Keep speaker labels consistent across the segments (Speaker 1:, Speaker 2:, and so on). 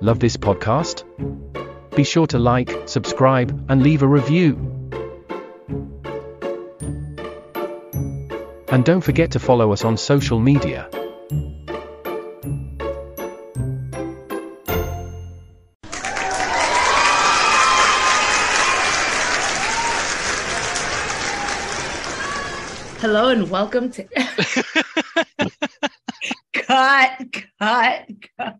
Speaker 1: Love this podcast? Be sure to like, subscribe, and leave a review. And don't forget to follow us on social media.
Speaker 2: Hello and welcome to Cut, cut, cut.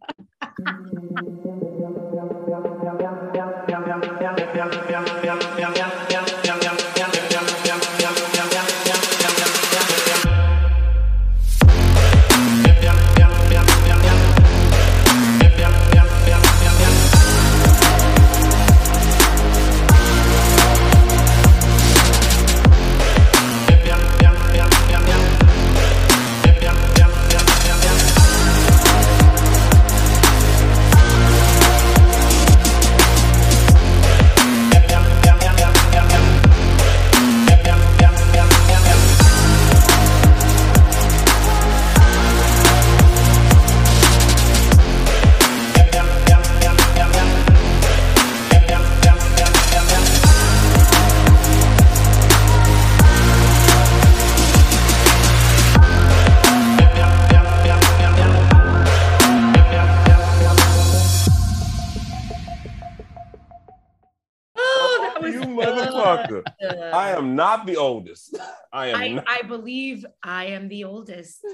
Speaker 2: Oh, that was
Speaker 3: you motherfucker.
Speaker 2: good.
Speaker 3: I am not the oldest. I am
Speaker 2: I,
Speaker 3: not.
Speaker 2: I believe I am the oldest.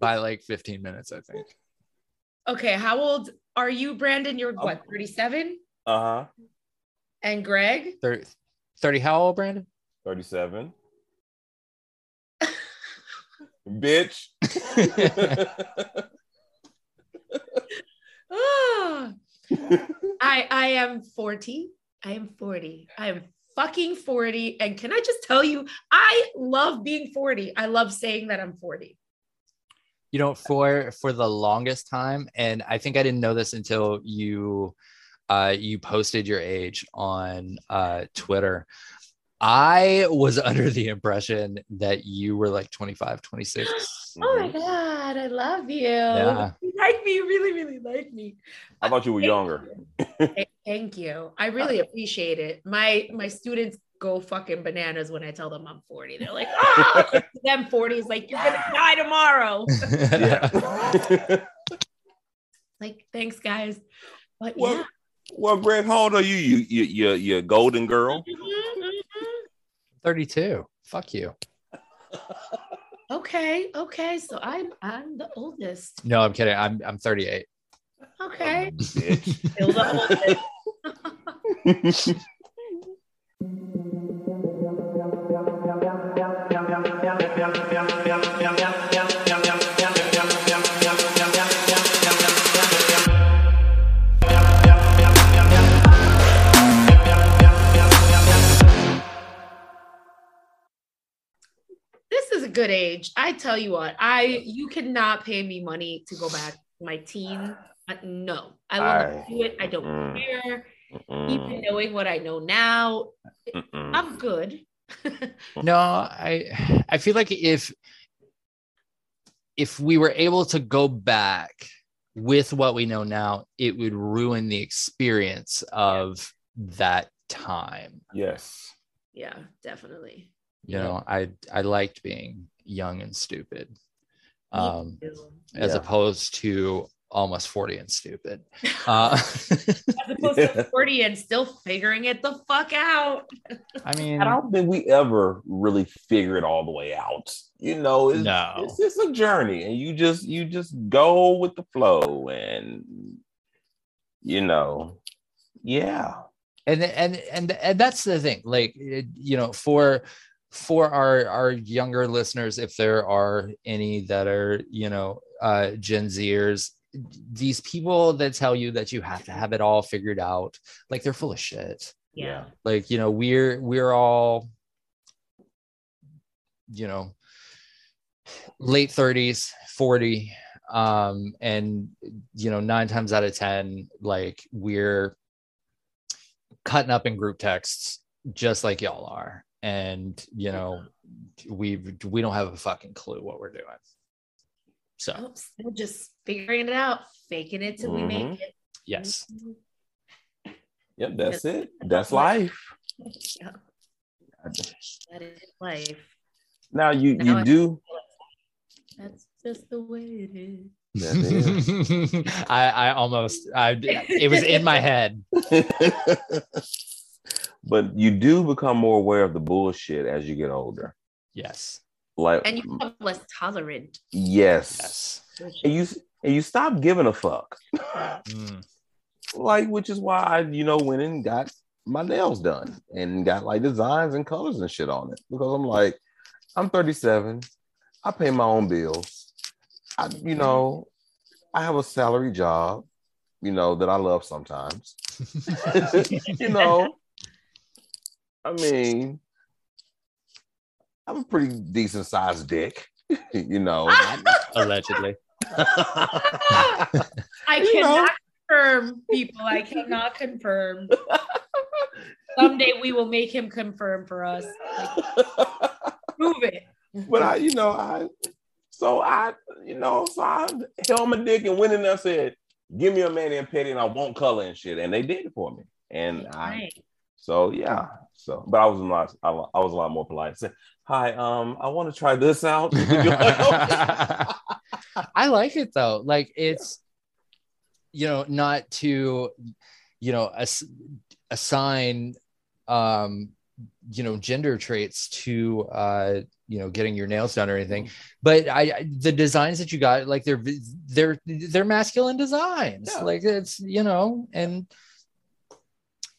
Speaker 4: by like 15 minutes, I think.
Speaker 2: Okay, how old are you, Brandon? You're what, 37?
Speaker 3: Uh-huh.
Speaker 2: And Greg?
Speaker 4: 30, 30 how old, Brandon?
Speaker 3: 37. Bitch.
Speaker 2: Oh, Ah. I I am 40. I am 40. I am fucking 40. And can I just tell you, I love being 40. I love saying that I'm 40.
Speaker 4: you know, for for the longest time, and I think I didn't know this until you uh you posted your age on uh Twitter. I was under the impression that you were like 25, 26.
Speaker 2: Oh
Speaker 3: Mm-hmm.
Speaker 2: my god, I love you.
Speaker 4: Yeah.
Speaker 2: You like me, you really, really like me.
Speaker 3: I thought you were younger.
Speaker 2: Th- Thank you. I really appreciate it. My my students go fucking bananas when I tell them I'm 40. They're like, oh, to them 40 is like, you're gonna die tomorrow.
Speaker 3: Yeah.
Speaker 2: Like, thanks, guys. But
Speaker 3: well,
Speaker 2: yeah.
Speaker 3: well, Greg, how old are you? You you you you a golden girl.
Speaker 2: Mhm, mhm.
Speaker 4: 32. Fuck you.
Speaker 2: Okay, okay. So I'm I'm the oldest.
Speaker 4: No, I'm kidding. I'm I'm 38.
Speaker 2: Okay.
Speaker 3: Bitch.
Speaker 2: Still the oldest. This is a good age. I tell you what, I you cannot pay me money to go back to my teen. Uh, No, I will
Speaker 3: I-
Speaker 2: not do it. I don't
Speaker 4: Mm-hmm.
Speaker 3: Mm.
Speaker 2: care. Even
Speaker 3: Mm-mm.
Speaker 2: knowing what I know now,
Speaker 3: Mm-mm.
Speaker 4: Mm-hmm.
Speaker 2: I'm good.
Speaker 4: No, I I feel like if if we were able to go back with what we know now, it would ruin the experience of that time.
Speaker 3: Yes.
Speaker 2: yeah, definitely.
Speaker 4: You
Speaker 3: Yeah.
Speaker 4: know, I I liked being young and stupid. Um
Speaker 2: As
Speaker 4: as
Speaker 3: Yeah.
Speaker 4: opposed to almost 40 and stupid. Uh
Speaker 2: opposed to 40 and still figuring it the fuck out.
Speaker 4: I mean
Speaker 3: I don't think we ever really figure it all the way out. You know, it's,
Speaker 4: No.
Speaker 3: it's just a journey, and you just you just go with the flow, and you know, yeah,
Speaker 4: and and and and that's the thing like it- you know for for our our younger listeners if there are any that are you know uh gen zers these people that tell you that you have to have it all figured out like they're full of shit
Speaker 2: Yeah.
Speaker 4: like you know we're we're all you know late 30s 40 um and you know nine times out of ten like we're cutting up in group texts just like y'all are and you know we we don't have a fucking clue what we're doing so
Speaker 2: Oh, still just figuring it out, faking it till we make it.
Speaker 4: Mm-hmm. Yes.
Speaker 3: Yep, that's it. That's life.
Speaker 2: Yeah. That is life.
Speaker 3: Now you
Speaker 2: Now I-
Speaker 3: you do.
Speaker 2: That's just the way it is.
Speaker 3: That's it.
Speaker 4: I, I almost I it was in my head.
Speaker 3: but you do become more aware of the bullshit as you get older.
Speaker 4: Yes.
Speaker 3: Like
Speaker 2: And you
Speaker 4: Mm-hmm.
Speaker 2: become less tolerant.
Speaker 3: yes.
Speaker 4: Yes.
Speaker 2: which
Speaker 3: And you and you stop giving a fuck.
Speaker 4: Mm.
Speaker 3: like which is why I, you know, went and got my nails done and got like designs and colors and shit on it because I'm like, I'm 37, I pay my own bills, I, you know, I have a salary job, you know, that I love sometimes, you know, I mean, I'm a pretty decent sized dick, you know.
Speaker 4: Allegedly.
Speaker 2: I
Speaker 3: You
Speaker 2: cannot confirm, people. I cannot confirm. Someday we will make him confirm for us. Like, prove it.
Speaker 3: but I, you know, I so I, you know, so I held my dick and went in there and said, give me a mani and petty and I won't color and shit. And they did it for me. And I
Speaker 2: Right.
Speaker 3: so yeah. So but I was a lot I, wa- I was a lot more polite. I said, hi, um, I want to try this out. Would you like-
Speaker 4: I like it though. Like it's, you know, not to, you know, ass- assign, um, you know, gender traits to, uh, you know, getting your nails done or anything. But I, I the designs that you got, like they're they're they're masculine designs.
Speaker 3: Yeah.
Speaker 4: Like it's you know, and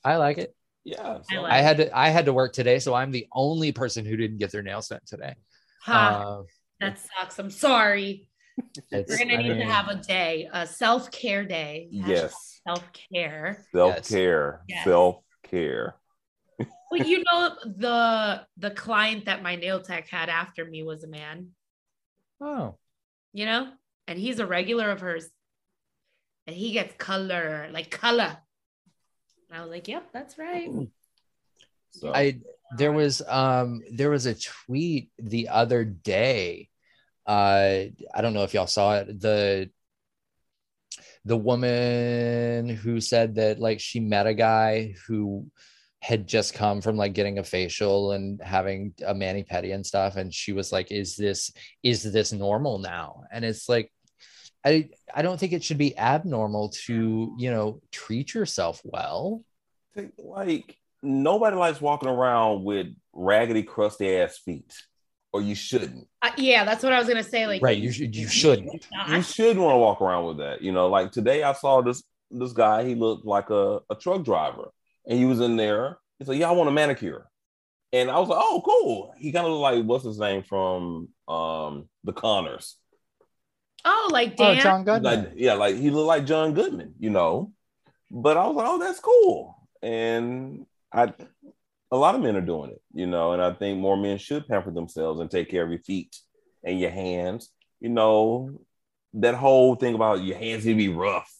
Speaker 4: I like it.
Speaker 3: yeah. So,
Speaker 2: like-
Speaker 4: I had to, I had to work today, so I'm the only person who didn't get their nails done today.
Speaker 2: Ha,
Speaker 3: Ah.
Speaker 4: Uh,
Speaker 2: that sucks. I'm sorry. We're
Speaker 4: it's-
Speaker 2: gonna
Speaker 4: I
Speaker 2: need to
Speaker 4: mean-
Speaker 2: have a day, a self care day.
Speaker 3: yes.
Speaker 2: Self care.
Speaker 3: Self-care.
Speaker 2: Yes.
Speaker 3: Self-care.
Speaker 2: Well, you know the the client that my nail tech had after me was a man.
Speaker 4: Oh,
Speaker 2: You know, and he's a regular of hers, and he gets color like color. And I was like, "Yep, that's right."
Speaker 3: So
Speaker 4: I there was um there was a tweet the other day. Uh, I don't know if y'all saw it. The the woman who said that like she met a guy who had just come from like getting a facial and having a mani pedi and stuff, and she was like, "Is this is this normal now?" And it's like. I, I don't think it should be abnormal to you know treat yourself well
Speaker 3: think, like nobody likes walking around with raggedy, crusty ass feet. Or you shouldn't.
Speaker 2: Uh, yeah, that's what I was gonna say. Like,
Speaker 4: right you, should you shouldn't
Speaker 3: you should want to walk around with that. You know, like today I saw this this guy, he looked like a, a truck driver and he was in there. He said, Yeah, I want a manicure. And I was like, Oh, cool. He kind of looked like what's his name from um the Connors.
Speaker 2: oh, like
Speaker 4: Oh,
Speaker 2: Dan.
Speaker 4: John Goodman.
Speaker 3: Like, yeah, like he looked like John Goodman, you know. But I was like, Oh, that's cool. And I a lot of men are doing it, you know, and I think more men should pamper themselves and take care of your feet and your hands. You know, that whole thing about your hands need to be rough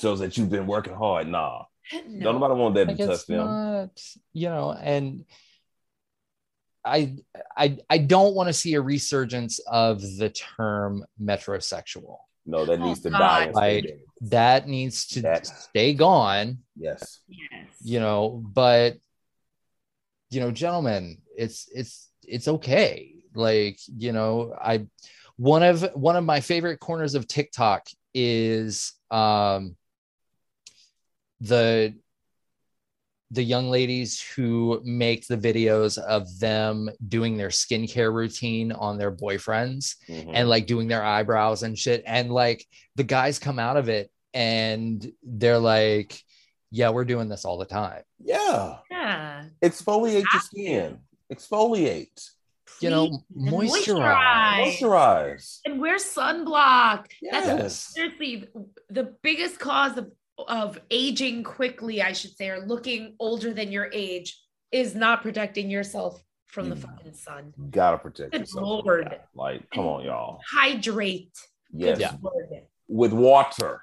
Speaker 3: shows that you've been working hard. Nah,
Speaker 2: No.
Speaker 3: don't nobody want that
Speaker 4: like
Speaker 3: to
Speaker 4: it's
Speaker 3: touch them.
Speaker 4: not, you know, and I I I don't want to see a resurgence of the term metrosexual.
Speaker 3: no, that
Speaker 2: Oh,
Speaker 3: needs to
Speaker 2: God.
Speaker 3: die. and stay
Speaker 4: Like-
Speaker 3: dead.
Speaker 4: That needs to
Speaker 3: That-
Speaker 4: stay gone,
Speaker 3: yes,
Speaker 2: Yes.
Speaker 4: you know, but you know, gentlemen, it's it's it's okay. Like, you know, I one of one of my favorite corners of TikTok is um the the young ladies who make the videos of them doing their skincare routine on their boyfriends
Speaker 3: Mhm.
Speaker 4: and like doing their eyebrows and shit and like the guys come out of it and they're like yeah we're doing this all the time
Speaker 3: yeah,
Speaker 2: Yeah.
Speaker 3: exfoliate your
Speaker 2: Have to.
Speaker 3: skin, exfoliate,
Speaker 4: you know
Speaker 2: Please, and
Speaker 4: moisturize
Speaker 3: moisturize.
Speaker 2: and wear sunblock. That's
Speaker 3: Yes,
Speaker 2: seriously the biggest cause of of aging quickly, I should say, or looking older than your age is not protecting yourself from the
Speaker 4: Mm.
Speaker 3: You-
Speaker 2: fucking sun.
Speaker 3: you gotta protect
Speaker 2: Good
Speaker 3: yourself.
Speaker 2: Lord.
Speaker 3: Like, come on, y'all.
Speaker 2: Hydrate.
Speaker 3: Yes,
Speaker 4: Yeah.
Speaker 2: Lord.
Speaker 3: with water.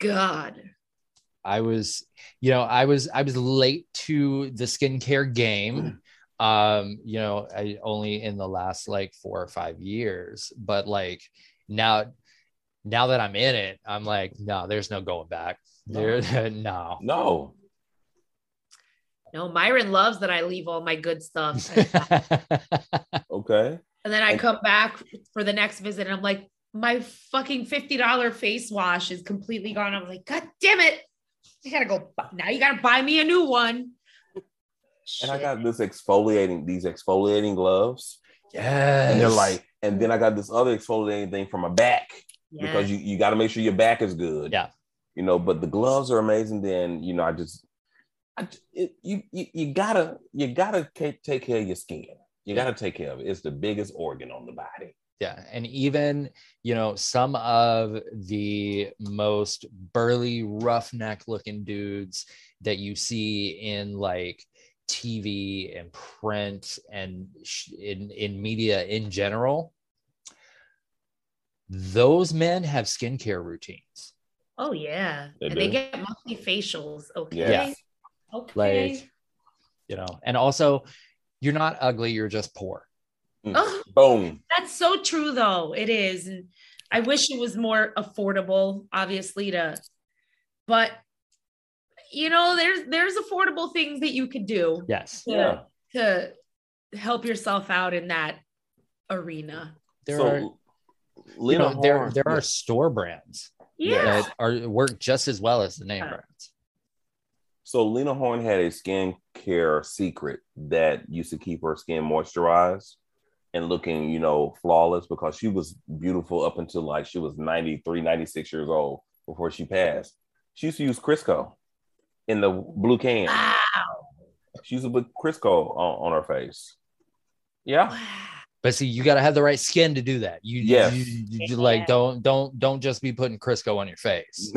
Speaker 2: God.
Speaker 4: I was, you know, I was I was late to the skincare game. Um, you know, I only in the last like four or five years, but like now now that I'm in it, I'm like, no, there's no going back.
Speaker 3: No.
Speaker 4: There, no.
Speaker 3: No.
Speaker 2: No, Myron loves that I leave all my good stuff. and
Speaker 3: Okay.
Speaker 2: then I come back for the next visit and I'm like, my fucking $50 face wash is completely gone. I'm like, God damn it. You gotta go. bu- Now you gotta buy me a new one.
Speaker 3: And I
Speaker 2: Shit.
Speaker 3: got this exfoliating, these exfoliating gloves.
Speaker 4: yes.
Speaker 3: And they're like, and then I got this other exfoliating thing for my back
Speaker 2: Yeah.
Speaker 3: because you, you got to make sure your back is good.
Speaker 4: Yeah.
Speaker 3: You know, but the gloves are amazing. Then, you know, I just, I, j- it, you, you, you gotta, you gotta take, take care of your skin. You gotta take care of it. It's the biggest organ on the body.
Speaker 4: Yeah. And even, you know, some of the most burly, roughneck looking dudes that you see in like TV and print and sh- in, in media in general, those men have skincare routines.
Speaker 2: Oh yeah.
Speaker 3: They
Speaker 2: and they
Speaker 3: do.
Speaker 2: get monthly facials. Okay.
Speaker 3: Yes.
Speaker 2: Okay.
Speaker 4: Like- You know, and also, you're not ugly, you're just poor.
Speaker 2: oh,
Speaker 3: Boom.
Speaker 2: that's so true though. It is. And I wish it was more affordable, obviously, to but you know, there's there's affordable things that you could do
Speaker 4: Yes.
Speaker 3: Yeah.
Speaker 2: to help yourself out in that arena.
Speaker 4: There
Speaker 3: so,
Speaker 4: are, you
Speaker 3: Lena
Speaker 4: know, there,
Speaker 3: Horne-
Speaker 4: there
Speaker 3: yeah.
Speaker 4: are store brands
Speaker 2: Yeah.
Speaker 4: that are work just as well as the name
Speaker 2: Yeah.
Speaker 4: brands.
Speaker 3: So Lena Horne had a skincare secret that used to keep her skin moisturized and looking, you know, flawless because she was beautiful up until like she was 93, 96 years old before she passed. She used to use Crisco in the blue can.
Speaker 2: Wow.
Speaker 3: She used to put Crisco on, on her face. Yeah.
Speaker 2: Wow.
Speaker 4: But see, you got to have the right skin to do that. You,
Speaker 3: Yes.
Speaker 4: you, you- you, like don't don't don't just be putting Crisco on your face.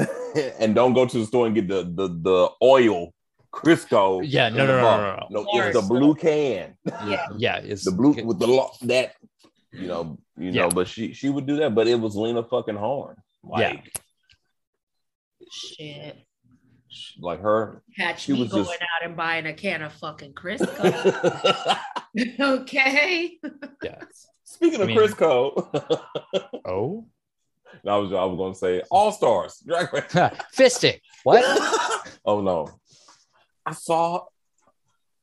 Speaker 3: and don't go to the store and get the the, the oil Crisco.
Speaker 4: Yeah, no,
Speaker 3: in the
Speaker 4: no, no,
Speaker 3: bottle.
Speaker 4: no,
Speaker 3: no.
Speaker 2: Or-
Speaker 3: it's the blue can.
Speaker 2: Yeah.
Speaker 4: Yeah, it's
Speaker 3: the blue with the lo- that you know you know
Speaker 4: Yeah.
Speaker 3: but she she would do that but it was lena fucking horn like
Speaker 2: Shit.
Speaker 3: sh- like her
Speaker 2: Catch
Speaker 3: She
Speaker 2: me
Speaker 3: was
Speaker 2: going
Speaker 3: just-
Speaker 2: out and buying a can of fucking Crisco. okay.
Speaker 4: yeah.
Speaker 3: speaking
Speaker 4: I
Speaker 3: of
Speaker 4: mean-
Speaker 3: crisco
Speaker 4: Oh,
Speaker 3: i was i was gonna say all stars drag race
Speaker 4: fisting. What?
Speaker 3: oh no i saw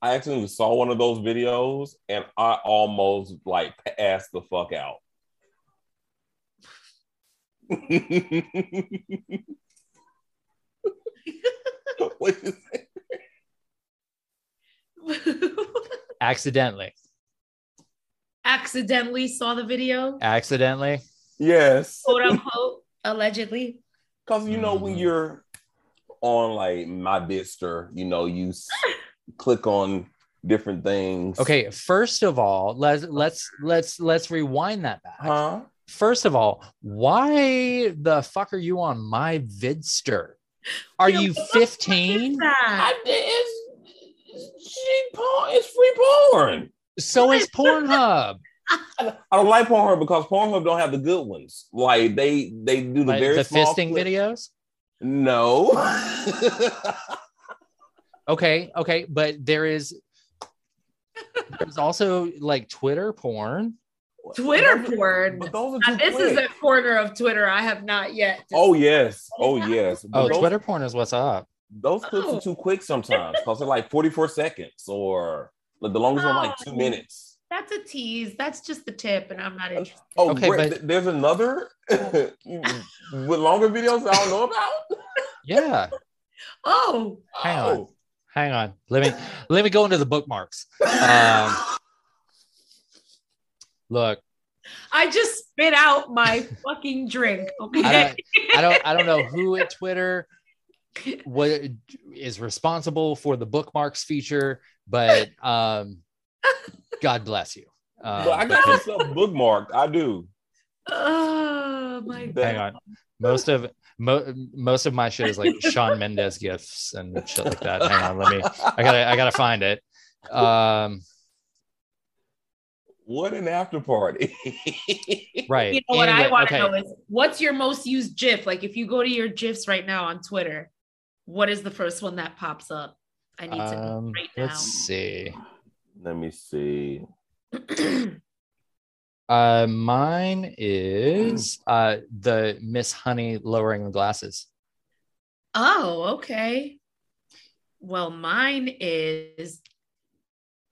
Speaker 3: i actually saw one of those videos and i almost like passed the fuck out what you say?
Speaker 4: Accidentally.
Speaker 2: Accidentally saw the video,
Speaker 4: Accidentally.
Speaker 3: yes
Speaker 2: quote unquote, allegedly.
Speaker 3: Because you know when
Speaker 4: Mhm.
Speaker 3: you're on like my Bitster, you know you s- click on different things.
Speaker 4: Okay, first of all, let's let's let's let's rewind that back.
Speaker 3: Huh?
Speaker 4: First of all, why the fuck are you on my vidster? Are
Speaker 2: Yeah,
Speaker 4: you
Speaker 2: what the fuck is
Speaker 4: 15?
Speaker 3: I
Speaker 2: that?
Speaker 3: did. It's, she porn. It's free porn.
Speaker 4: So is Pornhub.
Speaker 3: I don't like Pornhub because Pornhub don't have the good ones. Like they they do the
Speaker 4: Like
Speaker 3: very
Speaker 4: the
Speaker 3: small
Speaker 4: fisting
Speaker 3: clip.
Speaker 4: videos?
Speaker 3: No.
Speaker 4: okay okay but there is there's also like twitter porn
Speaker 2: Twitter porn.
Speaker 3: But those are
Speaker 2: Now,
Speaker 3: too
Speaker 2: this is a
Speaker 3: quick.
Speaker 2: corner of Twitter I have not yet.
Speaker 3: Oh yes. Oh yes. But
Speaker 4: oh
Speaker 3: those-
Speaker 4: twitter porn is what's up
Speaker 3: those clips
Speaker 2: Oh.
Speaker 3: are too quick sometimes because they're like 44 seconds or like the longest one like two
Speaker 2: Oh.
Speaker 3: minutes
Speaker 2: That's a tease. That's just the tip, and I'm not interested.
Speaker 3: oh
Speaker 4: Okay,
Speaker 3: Brett,
Speaker 4: but-
Speaker 3: th- there's another with longer videos i don't know about
Speaker 4: yeah
Speaker 2: Oh,
Speaker 4: Hang on.
Speaker 3: oh.
Speaker 4: hang on let me let me go into the bookmarks Um, look
Speaker 2: I just spit out my fucking drink.
Speaker 4: i
Speaker 2: Okay.
Speaker 4: don't i don't i don't know who at twitter what is responsible for the bookmarks feature but um god bless you um,
Speaker 3: but i got some stuff bookmarked i do
Speaker 2: Oh my
Speaker 3: That-
Speaker 4: hang on most of mo- most of my shit is like sean mendez gifts and shit like that hang on let me i gotta i gotta find it um
Speaker 3: what an after party
Speaker 4: right
Speaker 2: You know what I
Speaker 4: Anyway,
Speaker 2: want to know is what's your most used GIF? Like if you go to your GIFs right now on Twitter, what is the first one that pops up? I need to know
Speaker 4: um,
Speaker 2: right
Speaker 4: let's see Um,
Speaker 3: let me see
Speaker 2: now.
Speaker 4: Uh, mine is uh, the Miss Honey lowering the glasses.
Speaker 2: Oh, okay. Well, mine is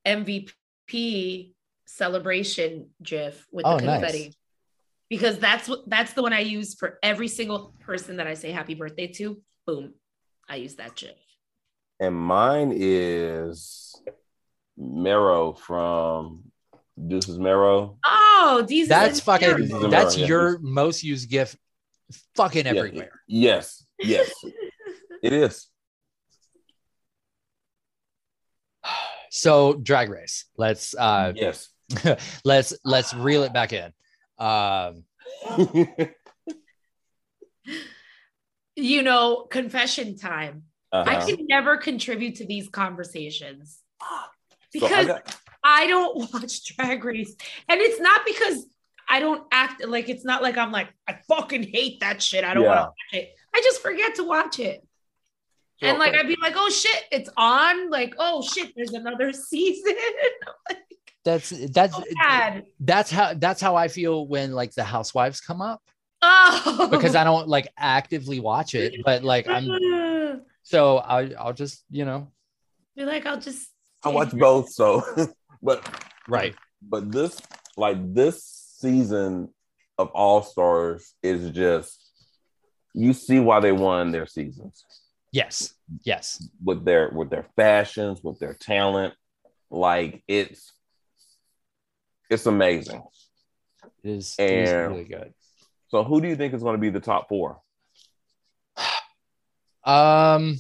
Speaker 2: MVP celebration GIF with
Speaker 4: Oh,
Speaker 2: the
Speaker 4: nice.
Speaker 2: confetti. Because that's what that's the one I use for every single person that I say happy birthday to. Boom. I use that GIF.
Speaker 3: And mine is Mero from Deuces Mero.
Speaker 2: Oh, these
Speaker 4: That's
Speaker 2: are terrible.
Speaker 4: fucking.
Speaker 3: This is a
Speaker 4: That's
Speaker 3: Mario.
Speaker 4: your most used gift, fucking
Speaker 3: Yeah,
Speaker 4: everywhere.
Speaker 3: Yes, yes, it is.
Speaker 4: So drag race. Let's uh,
Speaker 3: yes.
Speaker 4: let's let's reel it back in. Um,
Speaker 2: you know, confession time.
Speaker 4: Uh-huh.
Speaker 2: I can never contribute to these conversations because I, don't watch Drag Race, and it's not because I don't act like it's not like I'm like I fucking hate that shit. I don't want to watch it. I just forget to watch it, and like I'd be like, oh shit, it's on. Like oh shit, there's another season. Oh,
Speaker 4: that's that's
Speaker 2: so bad.
Speaker 4: that's how that's how I feel when like the housewives come up
Speaker 2: Oh,
Speaker 4: because I don't like actively watch it, but like I'm so I I'll just you know
Speaker 2: be like I'll just.
Speaker 3: I watch both, so but
Speaker 4: right
Speaker 3: but this like this season of All Stars is just you see why they won their seasons
Speaker 4: yes yes
Speaker 3: with their with their fashions, with their talent. Like it's it's amazing.
Speaker 4: it is, it is
Speaker 3: And-
Speaker 4: really good.
Speaker 3: So who do you think is going to be the top four?
Speaker 4: Um,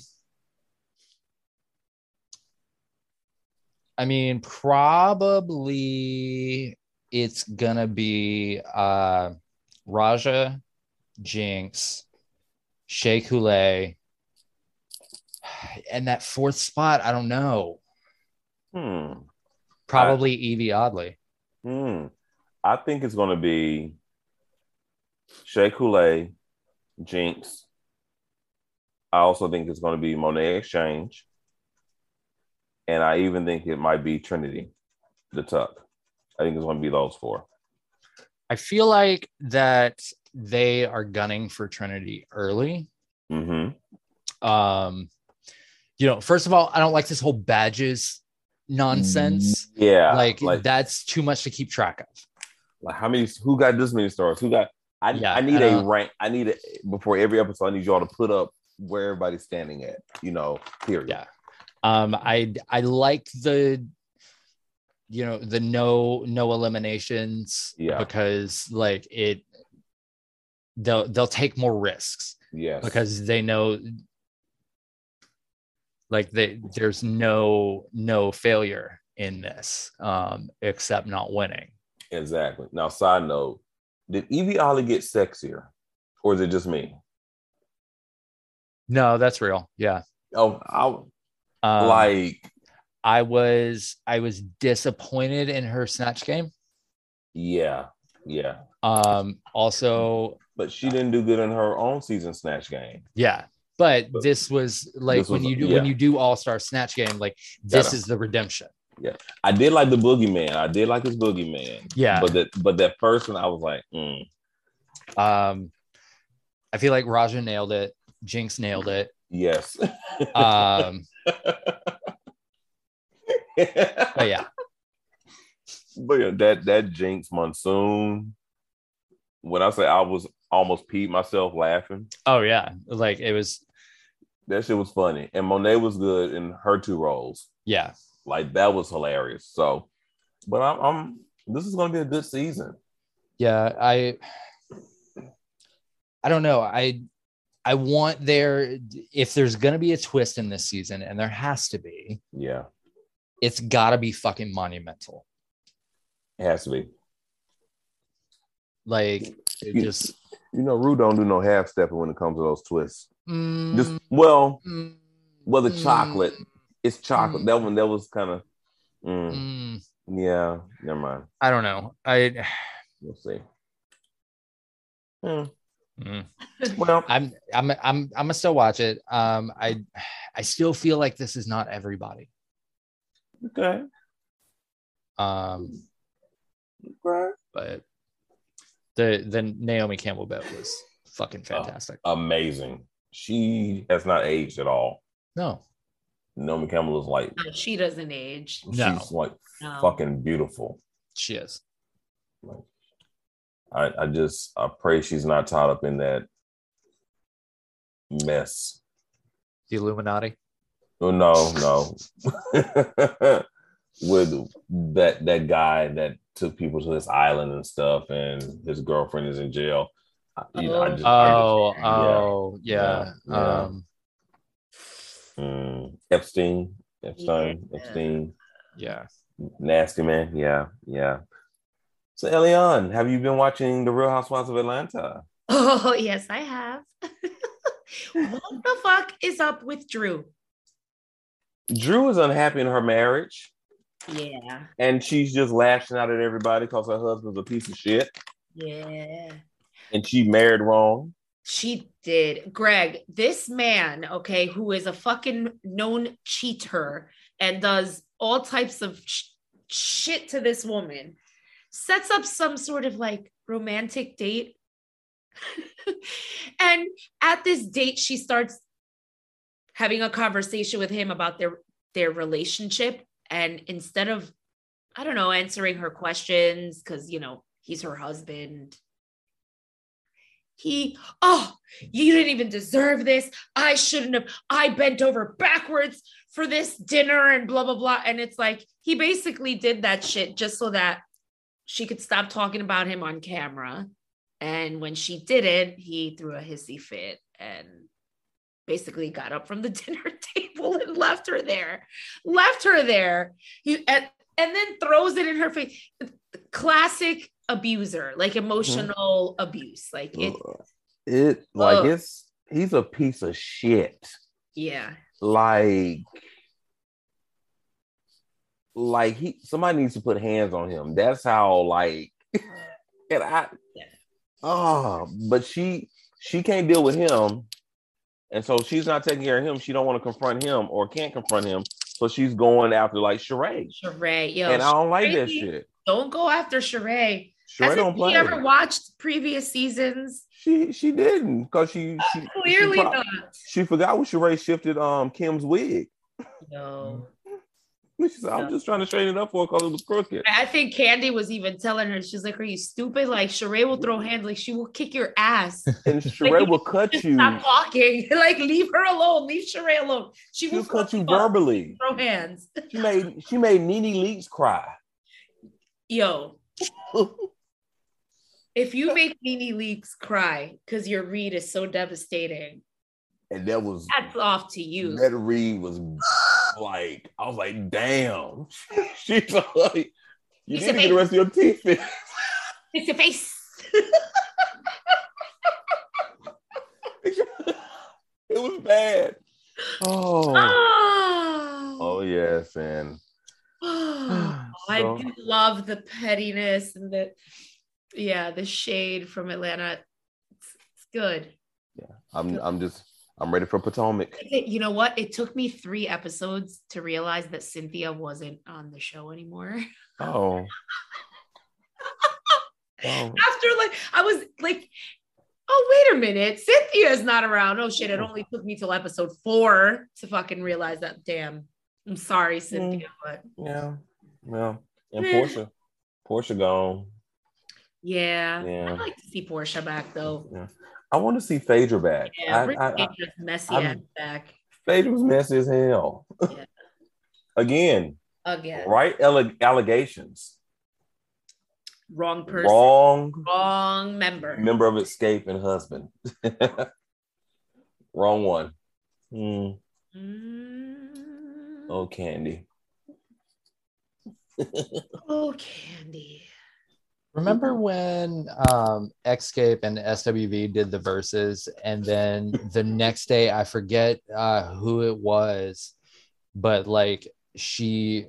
Speaker 4: I mean, probably it's gonna be uh, Raja, Jinx, Shea Coulee, and that fourth spot. I don't know.
Speaker 3: Hmm.
Speaker 4: Probably Evie Oddly.
Speaker 3: Hmm. I think it's going to be Shea Coulee, Jinx. I also think it's going to be Monet Exchange. And I even think it might be Trinity, the tuck. I think it's going to be those four.
Speaker 4: I feel like that they are gunning for Trinity early.
Speaker 3: hmm
Speaker 4: um you know first of all i don't like this whole badges nonsense
Speaker 3: Mm, Yeah.
Speaker 4: like,
Speaker 3: like,
Speaker 4: that's too much to keep track of
Speaker 3: like how many, who got this many stars? Who got, I,
Speaker 4: Yeah,
Speaker 3: I need
Speaker 4: I
Speaker 3: a
Speaker 4: don't-
Speaker 3: rank. I need a, before every episode, I need y'all to put up where everybody's standing at, you know, period.
Speaker 4: Yeah. um i i like the you know the no no eliminations
Speaker 3: Yeah.
Speaker 4: because like it they'll they'll take more risks
Speaker 3: Yes.
Speaker 4: because they know like they there's no no failure in this um except not winning
Speaker 3: Exactly. Now, side note, did Evie Ollie get sexier? Or is it just me?
Speaker 4: no that's real yeah
Speaker 3: Oh, I
Speaker 4: um,
Speaker 3: like,
Speaker 4: I was I was disappointed in her snatch game.
Speaker 3: yeah, yeah.
Speaker 4: Um also
Speaker 3: But she didn't do good in her own season snatch game.
Speaker 4: yeah, but
Speaker 3: But
Speaker 4: this was like
Speaker 3: this
Speaker 4: when
Speaker 3: was-
Speaker 4: you do
Speaker 3: yeah.
Speaker 4: when you do all-star snatch game like this
Speaker 3: Gotta-
Speaker 4: is the redemption.
Speaker 3: I did like the boogeyman. I did like his boogeyman.
Speaker 4: Yeah.
Speaker 3: But that but that first one, I was like, mm,
Speaker 4: Um I feel like Raja nailed it, Jinx nailed it.
Speaker 3: yes.
Speaker 4: Um but
Speaker 3: but
Speaker 4: yeah,
Speaker 3: yeah, that that jinx monsoon. When I say I was almost peed myself laughing,
Speaker 4: oh yeah, like it was
Speaker 3: that shit was funny. And Monet was good in her two roles.
Speaker 4: yeah.
Speaker 3: like that was hilarious. So, but I'm, I'm this is going to be a good season.
Speaker 4: yeah i i don't know i i want there if there's gonna be a twist in this season and there has to be
Speaker 3: Yeah,
Speaker 4: it's gotta be fucking monumental
Speaker 3: it has to be.
Speaker 4: like it
Speaker 3: You-
Speaker 4: just
Speaker 3: You know, Rue don't do no half stepping when it comes to those twists.
Speaker 4: mm,
Speaker 3: Just well,
Speaker 4: mm,
Speaker 3: well, the
Speaker 4: mm,
Speaker 3: chocolate, it's chocolate.
Speaker 4: Mm.
Speaker 3: That one, that was kind of, mm,
Speaker 4: mm,
Speaker 3: yeah. Never mind.
Speaker 4: i don't know i
Speaker 3: We'll see. Mm,
Speaker 4: mm.
Speaker 3: Well,
Speaker 4: i'm i'm i'm i'm gonna still watch it um i i still feel like this is not everybody
Speaker 3: okay.
Speaker 4: um
Speaker 3: Right.
Speaker 4: But the the Naomi Campbell bit was fucking fantastic.
Speaker 5: Amazing. She has not aged at all.
Speaker 4: no,
Speaker 5: Naomi Campbell is like
Speaker 2: No, she doesn't age.
Speaker 4: No.
Speaker 5: she's like
Speaker 2: No.
Speaker 5: fucking beautiful.
Speaker 4: she is.
Speaker 5: I, I just I pray she's not tied up in that mess.
Speaker 4: The Illuminati.
Speaker 5: Oh no, no. With that that guy that took people to this island and stuff, and his girlfriend is in jail. I, you know, I just, I
Speaker 4: Oh, oh, yeah.
Speaker 5: Yeah, yeah.
Speaker 4: Um,
Speaker 5: just- mm, Epstein, Epstein,
Speaker 2: Yeah.
Speaker 5: Epstein,
Speaker 4: yeah.
Speaker 5: nasty man. Yeah, yeah. So Elion, have you been watching The Real Housewives of Atlanta?
Speaker 2: Oh, yes, I have. what the fuck is up with Drew?
Speaker 5: Drew is unhappy in her marriage.
Speaker 2: Yeah,
Speaker 5: and she's just lashing out at everybody because her husband's a piece of shit
Speaker 2: yeah.
Speaker 5: and she married wrong.
Speaker 2: She did. Greg, this man, okay, who is a fucking known cheater and does all types of sh- shit to this woman, sets up some sort of like romantic date. and at this date, she starts having a conversation with him about their their relationship and instead of i don't know answering her questions cuz you know he's her husband he oh you didn't even deserve this i shouldn't have i bent over backwards for this dinner and blah blah blah and it's like he basically did that shit just so that she could stop talking about him on camera and when she didn't he threw a hissy fit and basically got up from the dinner table and left her there left her there he, and, and then throws it in her face classic abuser like emotional abuse like it,
Speaker 3: Ugh. it like
Speaker 2: Ugh.
Speaker 3: it's he's a piece of shit.
Speaker 2: yeah
Speaker 3: Like like he somebody needs to put hands on him. That's how like and I
Speaker 2: Yeah.
Speaker 3: oh but she she can't deal with him. And so she's not taking care of him. She don't want to confront him or can't confront him. So she's going after like Sheree.
Speaker 2: Sheree, yo,
Speaker 3: and I don't like that
Speaker 2: Sheree-
Speaker 3: shit.
Speaker 2: don't go after Sheree.
Speaker 3: Sheree don't
Speaker 2: Hasn't
Speaker 3: play.
Speaker 2: he ever watched previous seasons?
Speaker 3: She she didn't because she, she she
Speaker 2: Clearly
Speaker 3: prob-
Speaker 2: not.
Speaker 3: She forgot when Sheree shifted um Kim's wig.
Speaker 2: No.
Speaker 3: She said, "I'm
Speaker 2: Yeah.
Speaker 3: just trying to straighten it up for her because it was crooked."
Speaker 2: I I think Candy was even telling her, she's like, Are you stupid? Like Sheree will throw hands, like she will kick your ass.
Speaker 3: And Sheree will cut
Speaker 2: Just
Speaker 3: you.
Speaker 2: stop talking. like, leave her alone. Leave Sheree alone. She will
Speaker 3: She'll cut you
Speaker 2: fuck up.
Speaker 3: verbally.
Speaker 2: throw hands.
Speaker 3: She made she made Nene Leaks cry.
Speaker 2: Yo. if you make Nene Leaks cry because your read is so devastating,
Speaker 3: And that was
Speaker 2: that's off to you.
Speaker 3: that read was like, I was like, damn. She's like,
Speaker 2: You
Speaker 3: you need
Speaker 2: said
Speaker 3: to get the
Speaker 2: make-
Speaker 3: rest of your teeth fixed.
Speaker 2: It's your face.
Speaker 3: it was bad. Oh,
Speaker 2: Oh.
Speaker 3: oh yes, and
Speaker 2: I
Speaker 3: So-
Speaker 2: do love the pettiness and the yeah, the shade from Atlanta. It's, it's good.
Speaker 3: I'm I'm just I'm ready for Potomac.
Speaker 2: It- you know what? It took me three episodes to realize that Cynthia wasn't on the show anymore.
Speaker 3: Oh. Oh.
Speaker 2: After like I was like, oh wait a minute, Cynthia is not around. Oh shit! It only took me till episode four to fucking realize that. Damn, I'm sorry, Cynthia, but
Speaker 5: Yeah. Yeah. And
Speaker 2: Eh.
Speaker 5: Portia. Portia gone.
Speaker 2: yeah. I'd
Speaker 5: Yeah.
Speaker 2: like to see Portia back though.
Speaker 5: I want to see Phaedra back.
Speaker 2: Yeah,
Speaker 5: I,
Speaker 2: bring
Speaker 5: I, I,
Speaker 2: Phaedra's messy
Speaker 5: I'm-
Speaker 2: ass back
Speaker 5: Phaedra was messy as hell.
Speaker 2: Yeah.
Speaker 5: Again,
Speaker 2: again.
Speaker 5: right alle- allegations.
Speaker 2: Wrong person.
Speaker 5: Wrong
Speaker 2: wrong member.
Speaker 5: member of escape and husband. Wrong one. Mm.
Speaker 2: Mm.
Speaker 5: Oh, Candy.
Speaker 2: Oh, Candy.
Speaker 4: Remember when um, Xscape and SWV did the verses, and then the next day, I forget uh, who it was, but like she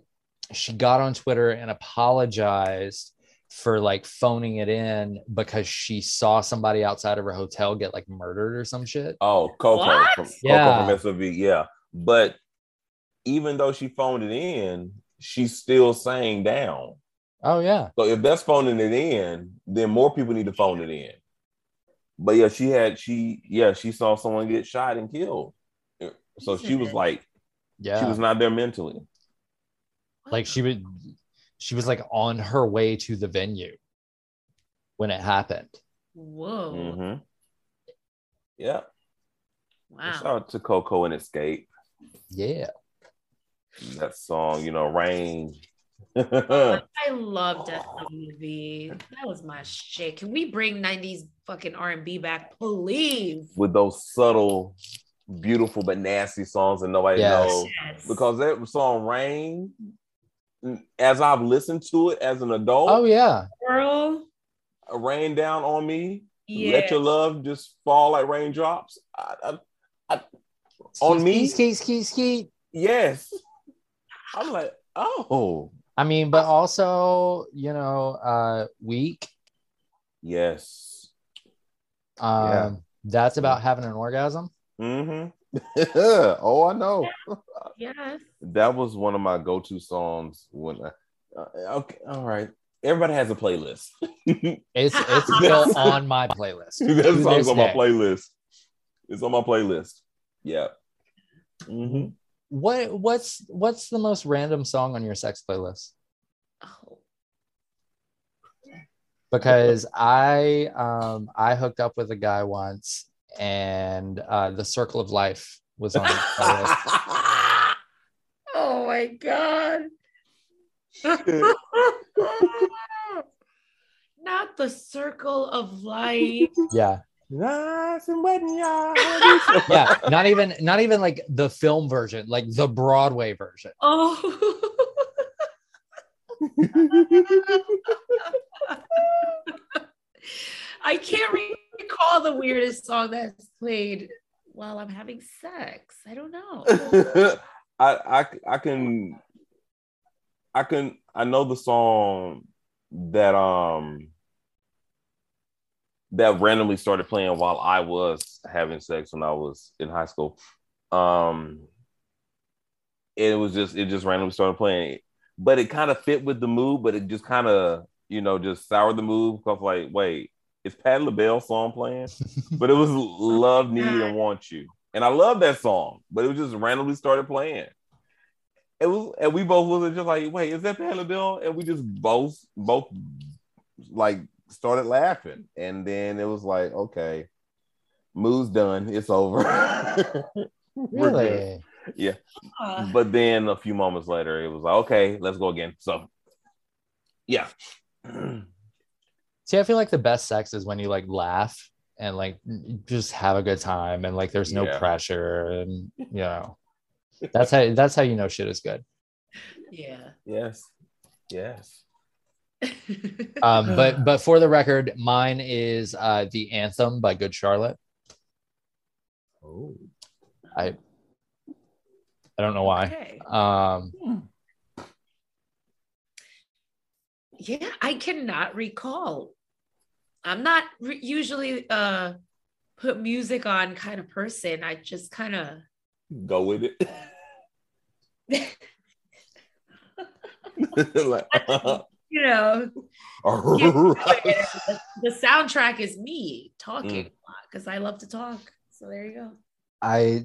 Speaker 4: she got on Twitter and apologized for like phoning it in because she saw somebody outside of her hotel get like murdered or some shit.
Speaker 5: Oh, Coco
Speaker 2: What?
Speaker 5: from
Speaker 4: Yeah.
Speaker 5: Coco from SOV. Yeah. But even though she phoned it in, she's still saying down.
Speaker 4: Oh yeah.
Speaker 3: So if that's phoning it in, then more people need to phone it in. But yeah, she had she yeah she saw someone get shot and killed, so she was like,
Speaker 4: Yeah.
Speaker 3: she was not there mentally.
Speaker 4: like she would she was like on her way to the venue when it happened.
Speaker 2: Whoa.
Speaker 3: Mm-hmm. Yeah. Shout
Speaker 2: Wow.
Speaker 3: out to Coco and Escape.
Speaker 4: Yeah.
Speaker 3: That song, you know, Range.
Speaker 2: I love Death WV. That was my shit. Can we bring 90s fucking R&B back, please?
Speaker 3: With those subtle, beautiful but nasty songs that nobody
Speaker 4: Yes.
Speaker 3: knows.
Speaker 2: Yes.
Speaker 3: Because that song Rain, as I've listened to it as an adult,
Speaker 4: Oh yeah.
Speaker 2: Girl,
Speaker 3: rain down on me.
Speaker 2: yeah.
Speaker 3: Let your love just fall like raindrops. I, I, On me?
Speaker 4: Ski, ski, ski, ski.
Speaker 3: yes. I'm like, oh
Speaker 4: I mean, but also, you know, uh weak.
Speaker 3: yes.
Speaker 4: Um
Speaker 6: Yeah.
Speaker 4: that's about having an orgasm.
Speaker 3: Mm-hmm.
Speaker 6: oh, I know.
Speaker 2: Yes.
Speaker 3: That was one of my go-to songs when I, uh, okay, all right. Everybody has a playlist.
Speaker 4: It's it's still on my playlist. to
Speaker 3: that song's
Speaker 4: this
Speaker 3: on my
Speaker 4: day.
Speaker 3: playlist. It's on my playlist. Yeah. Mm-hmm.
Speaker 4: What what's what's the most random song on your sex playlist?
Speaker 2: Oh,
Speaker 4: because I um I hooked up with a guy once and uh the circle of life was on his playlist.
Speaker 2: oh my God. Not the circle of life.
Speaker 4: yeah
Speaker 3: nice and wet in your
Speaker 4: yeah not even not even like the film version like the broadway version
Speaker 2: Oh. I can't recall the weirdest song that's played while I'm having sex. I don't know.
Speaker 3: I, I I can I can I know the song that um that randomly started playing while I was having sex when I was in high school. Um it was just it just randomly started playing. But it kind of fit with the mood, but it just kind of, you know, just soured the mood because like, wait, is Patti LaBelle's song playing? but it was love need and want you and i love that song but it was just randomly started playing it was and we both was just like wait is that Patti LaBelle? and we just both both like started laughing and then it was like okay mood's done it's over We're good.
Speaker 4: really
Speaker 2: Uh,
Speaker 3: but then a few moments later it was like okay let's go again so yeah
Speaker 4: see i feel like the best sex is when you like laugh and like just have a good time and like there's no
Speaker 3: Yeah.
Speaker 4: pressure and you know that's how that's how you know shit is good
Speaker 2: yeah.
Speaker 3: yes yes
Speaker 4: um but but for the record mine is uh the anthem by good charlotte
Speaker 3: oh
Speaker 4: i don't know why
Speaker 2: Okay.
Speaker 4: Um,
Speaker 2: Yeah, I cannot recall. I'm not re- usually uh put music on kind of person. I just kind of
Speaker 3: go with it Like,
Speaker 2: you know,
Speaker 3: Alright.
Speaker 2: the soundtrack is me talking a
Speaker 3: Mm.
Speaker 2: lot because I love to talk. So there you go.
Speaker 4: I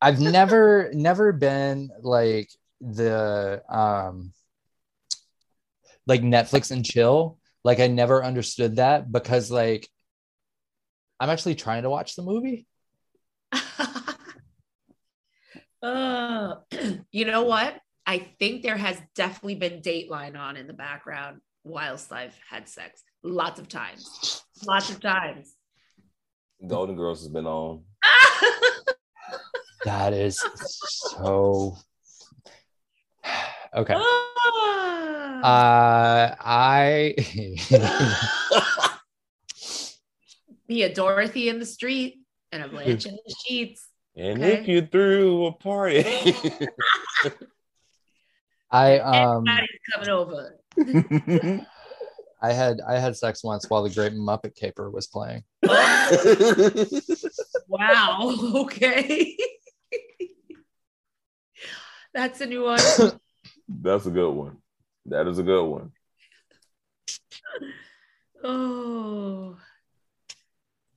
Speaker 4: I've never never been like the um like Netflix and chill. Like I never understood that because like I'm actually trying to watch the movie.
Speaker 2: uh, you know what? I think there has definitely been Dateline on in the background whilst I've had sex. Lots of times. Lots of times.
Speaker 3: Golden Girls has been on.
Speaker 4: That is so okay.
Speaker 2: Um,
Speaker 4: Uh
Speaker 2: Ah.
Speaker 4: I
Speaker 2: Be a Dorothy in the street and a Blanche in the sheets.
Speaker 3: And
Speaker 2: Okay.
Speaker 3: if you threw a party,
Speaker 4: I um
Speaker 2: Everybody's coming over.
Speaker 4: I had I had sex once while the Great Muppet Caper was playing.
Speaker 2: Wow. Okay. That's a new one.
Speaker 3: that's a good one. That is a good one.
Speaker 2: Oh.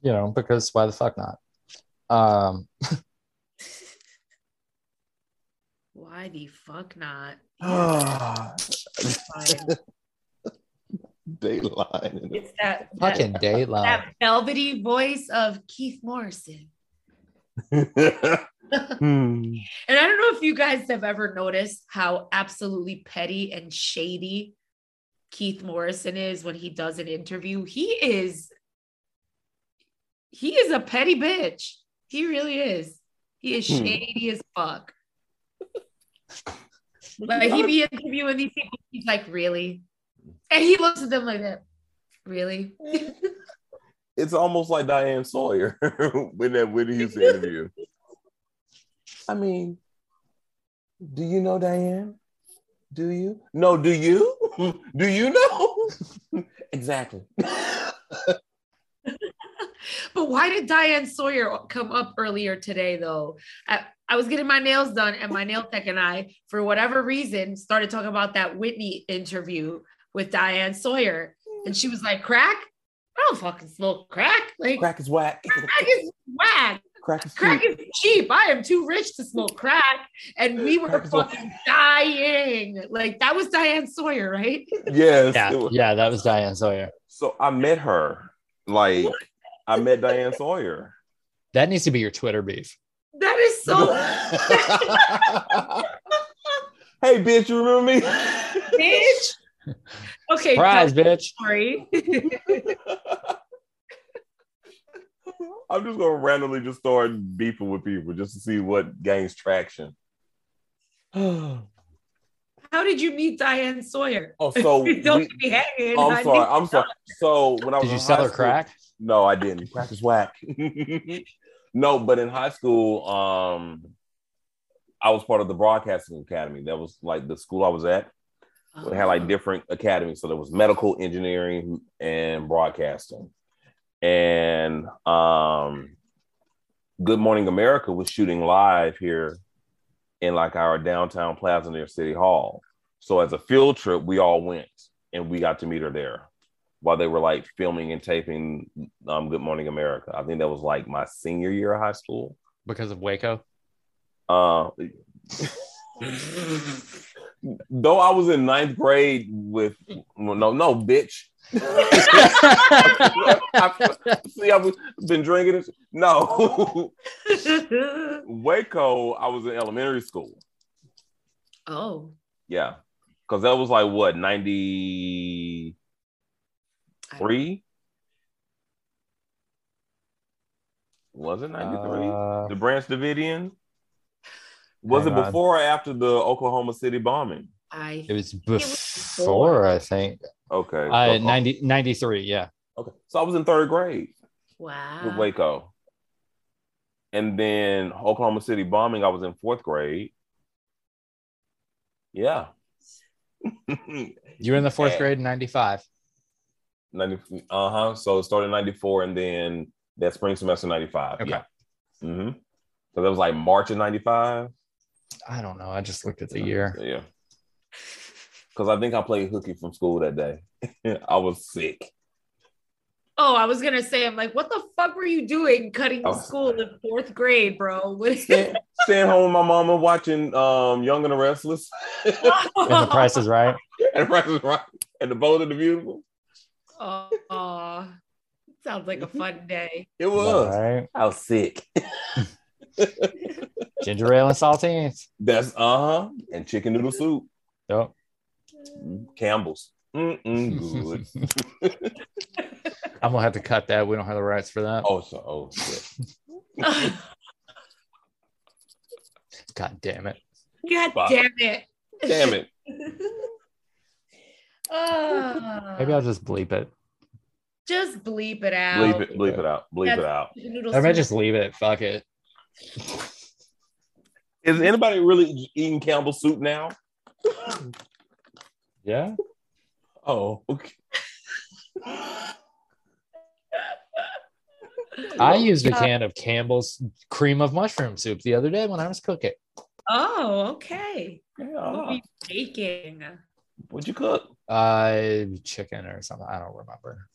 Speaker 4: you know, because why the fuck not? Um,
Speaker 2: Why the fuck not? Fine.
Speaker 7: Dateline.
Speaker 2: it's that, that,
Speaker 4: fucking daylight.
Speaker 2: that velvety voice of Keith Morrison.
Speaker 7: Hmm.
Speaker 2: And I don't know if you guys have ever noticed how absolutely petty and shady Keith Morrison is when he does an interview. He is he is a petty bitch. He really is. He is
Speaker 7: Hmm.
Speaker 2: shady as fuck. like he be interviewing these people, he's like, really? And he looks at them like that. Really?
Speaker 3: it's almost like Diane Sawyer when that Whitney Houston interview.
Speaker 7: I mean, do you know Diane? Do you? No, do you? do you know? exactly.
Speaker 2: But why did Diane Sawyer come up earlier today, though? I, I was getting my nails done, and my nail tech and I, for whatever reason, started talking about that Whitney interview with Diane Sawyer. And she was like, crack? I don't fucking smoke crack. Like, crack,
Speaker 7: Crack is whack.
Speaker 2: is whack.
Speaker 7: Crack is
Speaker 2: Crack
Speaker 7: cute.
Speaker 2: is cheap. I am too rich to smoke crack. And we were
Speaker 7: Crack is whack.
Speaker 2: fucking dying. Like, that was Diane Sawyer, right?
Speaker 3: Yes. it
Speaker 4: Yeah,
Speaker 3: was-
Speaker 4: yeah, that was Diane Sawyer.
Speaker 3: So I met her. Like I met Diane Sawyer.
Speaker 4: That needs to be your Twitter beef.
Speaker 2: That is so.
Speaker 3: hey bitch, you remember me?
Speaker 2: bitch. Okay.
Speaker 4: Surprise, bitch.
Speaker 2: Sorry.
Speaker 3: I'm just gonna randomly just start beefing with people just to see what gains traction.
Speaker 2: How did you meet Diane Sawyer?
Speaker 3: Oh, so
Speaker 2: don't
Speaker 3: we- Oh,
Speaker 2: be hanging.
Speaker 3: I'm
Speaker 2: I
Speaker 3: sorry.
Speaker 2: think-
Speaker 3: I'm sorry. So when I was
Speaker 4: Did you
Speaker 3: in
Speaker 4: sell
Speaker 3: high
Speaker 4: her
Speaker 3: school-
Speaker 4: crack?
Speaker 3: No, I didn't. Crack is whack. no, but in high school, um, I was part of the broadcasting academy. That was like the school I was at. They had like different academies. So there was medical engineering and broadcasting. And um Good Morning America was shooting live here in like our downtown plaza near City Hall. So as a field trip, we all went and we got to meet her there while they were like filming and taping um, Good Morning America. I think that was like my senior year of high school.
Speaker 4: Because of Waco.
Speaker 3: Uh, though I was in ninth grade with well, no no bitch. See, I've been drinking. and- No, Waco. I was in elementary school.
Speaker 2: oh,
Speaker 3: Yeah, because that was like what ninety three. Was it ninety three?
Speaker 4: Uh,
Speaker 3: the Branch Davidian. Was
Speaker 4: Hang
Speaker 3: it
Speaker 4: on.
Speaker 3: before or after the Oklahoma City bombing?
Speaker 2: I.
Speaker 4: it was
Speaker 2: before.
Speaker 4: before, I think.
Speaker 3: Okay.
Speaker 4: Uh,
Speaker 3: so-
Speaker 4: 90, 93, yeah.
Speaker 3: Okay. So I was in third grade with
Speaker 2: Wow.
Speaker 3: Waco. And then Oklahoma City bombing, I was in fourth grade. Yeah. 90,
Speaker 4: You were in the fourth
Speaker 3: Yeah.
Speaker 4: grade in 95.
Speaker 3: uh huh. So it started in 94 and then that spring semester 95.
Speaker 4: Okay.
Speaker 3: Yeah. hmm So that was like March of 95.
Speaker 4: I don't know. I just looked at the year.
Speaker 3: Yeah. Because I think I played hooky from school that day. I was sick.
Speaker 2: Oh, I was gonna say, I'm like, what the fuck were you doing cutting
Speaker 3: Oh.
Speaker 2: school in fourth grade, bro? What is
Speaker 3: Staying, staying home with my mama watching um, Young and the Restless
Speaker 4: And the price is right.
Speaker 3: and Price is Right and The Bold and the Beautiful.
Speaker 2: Oh, aw. sounds like a
Speaker 3: Mm-hmm.
Speaker 2: fun day.
Speaker 3: It
Speaker 4: All
Speaker 3: was.
Speaker 4: right.
Speaker 3: I was sick.
Speaker 4: Ginger ale and saltines.
Speaker 3: That's uh huh. And chicken noodle soup.
Speaker 4: Yep.
Speaker 3: Mm-hmm. Campbell's. Mm-mm, good.
Speaker 4: I'm going to have to cut that. We don't have the rights for that.
Speaker 3: oh, so, oh, shit.
Speaker 4: God damn it.
Speaker 2: God
Speaker 3: Fuck.
Speaker 2: damn it!
Speaker 3: Damn it.
Speaker 2: Ah.
Speaker 4: Maybe I'll just bleep it.
Speaker 2: just bleep it out.
Speaker 3: Bleep it, bleep it out. Bleep it out.
Speaker 2: Noodle
Speaker 4: I might
Speaker 2: soup.
Speaker 4: just leave it. Fuck it.
Speaker 3: Is anybody really eating Campbell's soup now?
Speaker 4: Yeah.
Speaker 3: Oh, okay.
Speaker 4: I used a
Speaker 2: uh,
Speaker 4: can of Campbell's cream of mushroom soup the other day when I was cooking.
Speaker 3: uh-huh.
Speaker 2: Oh, okay.
Speaker 3: Yeah.
Speaker 2: Baking.
Speaker 5: What'd you cook?
Speaker 4: Uh, chicken or something. I don't remember.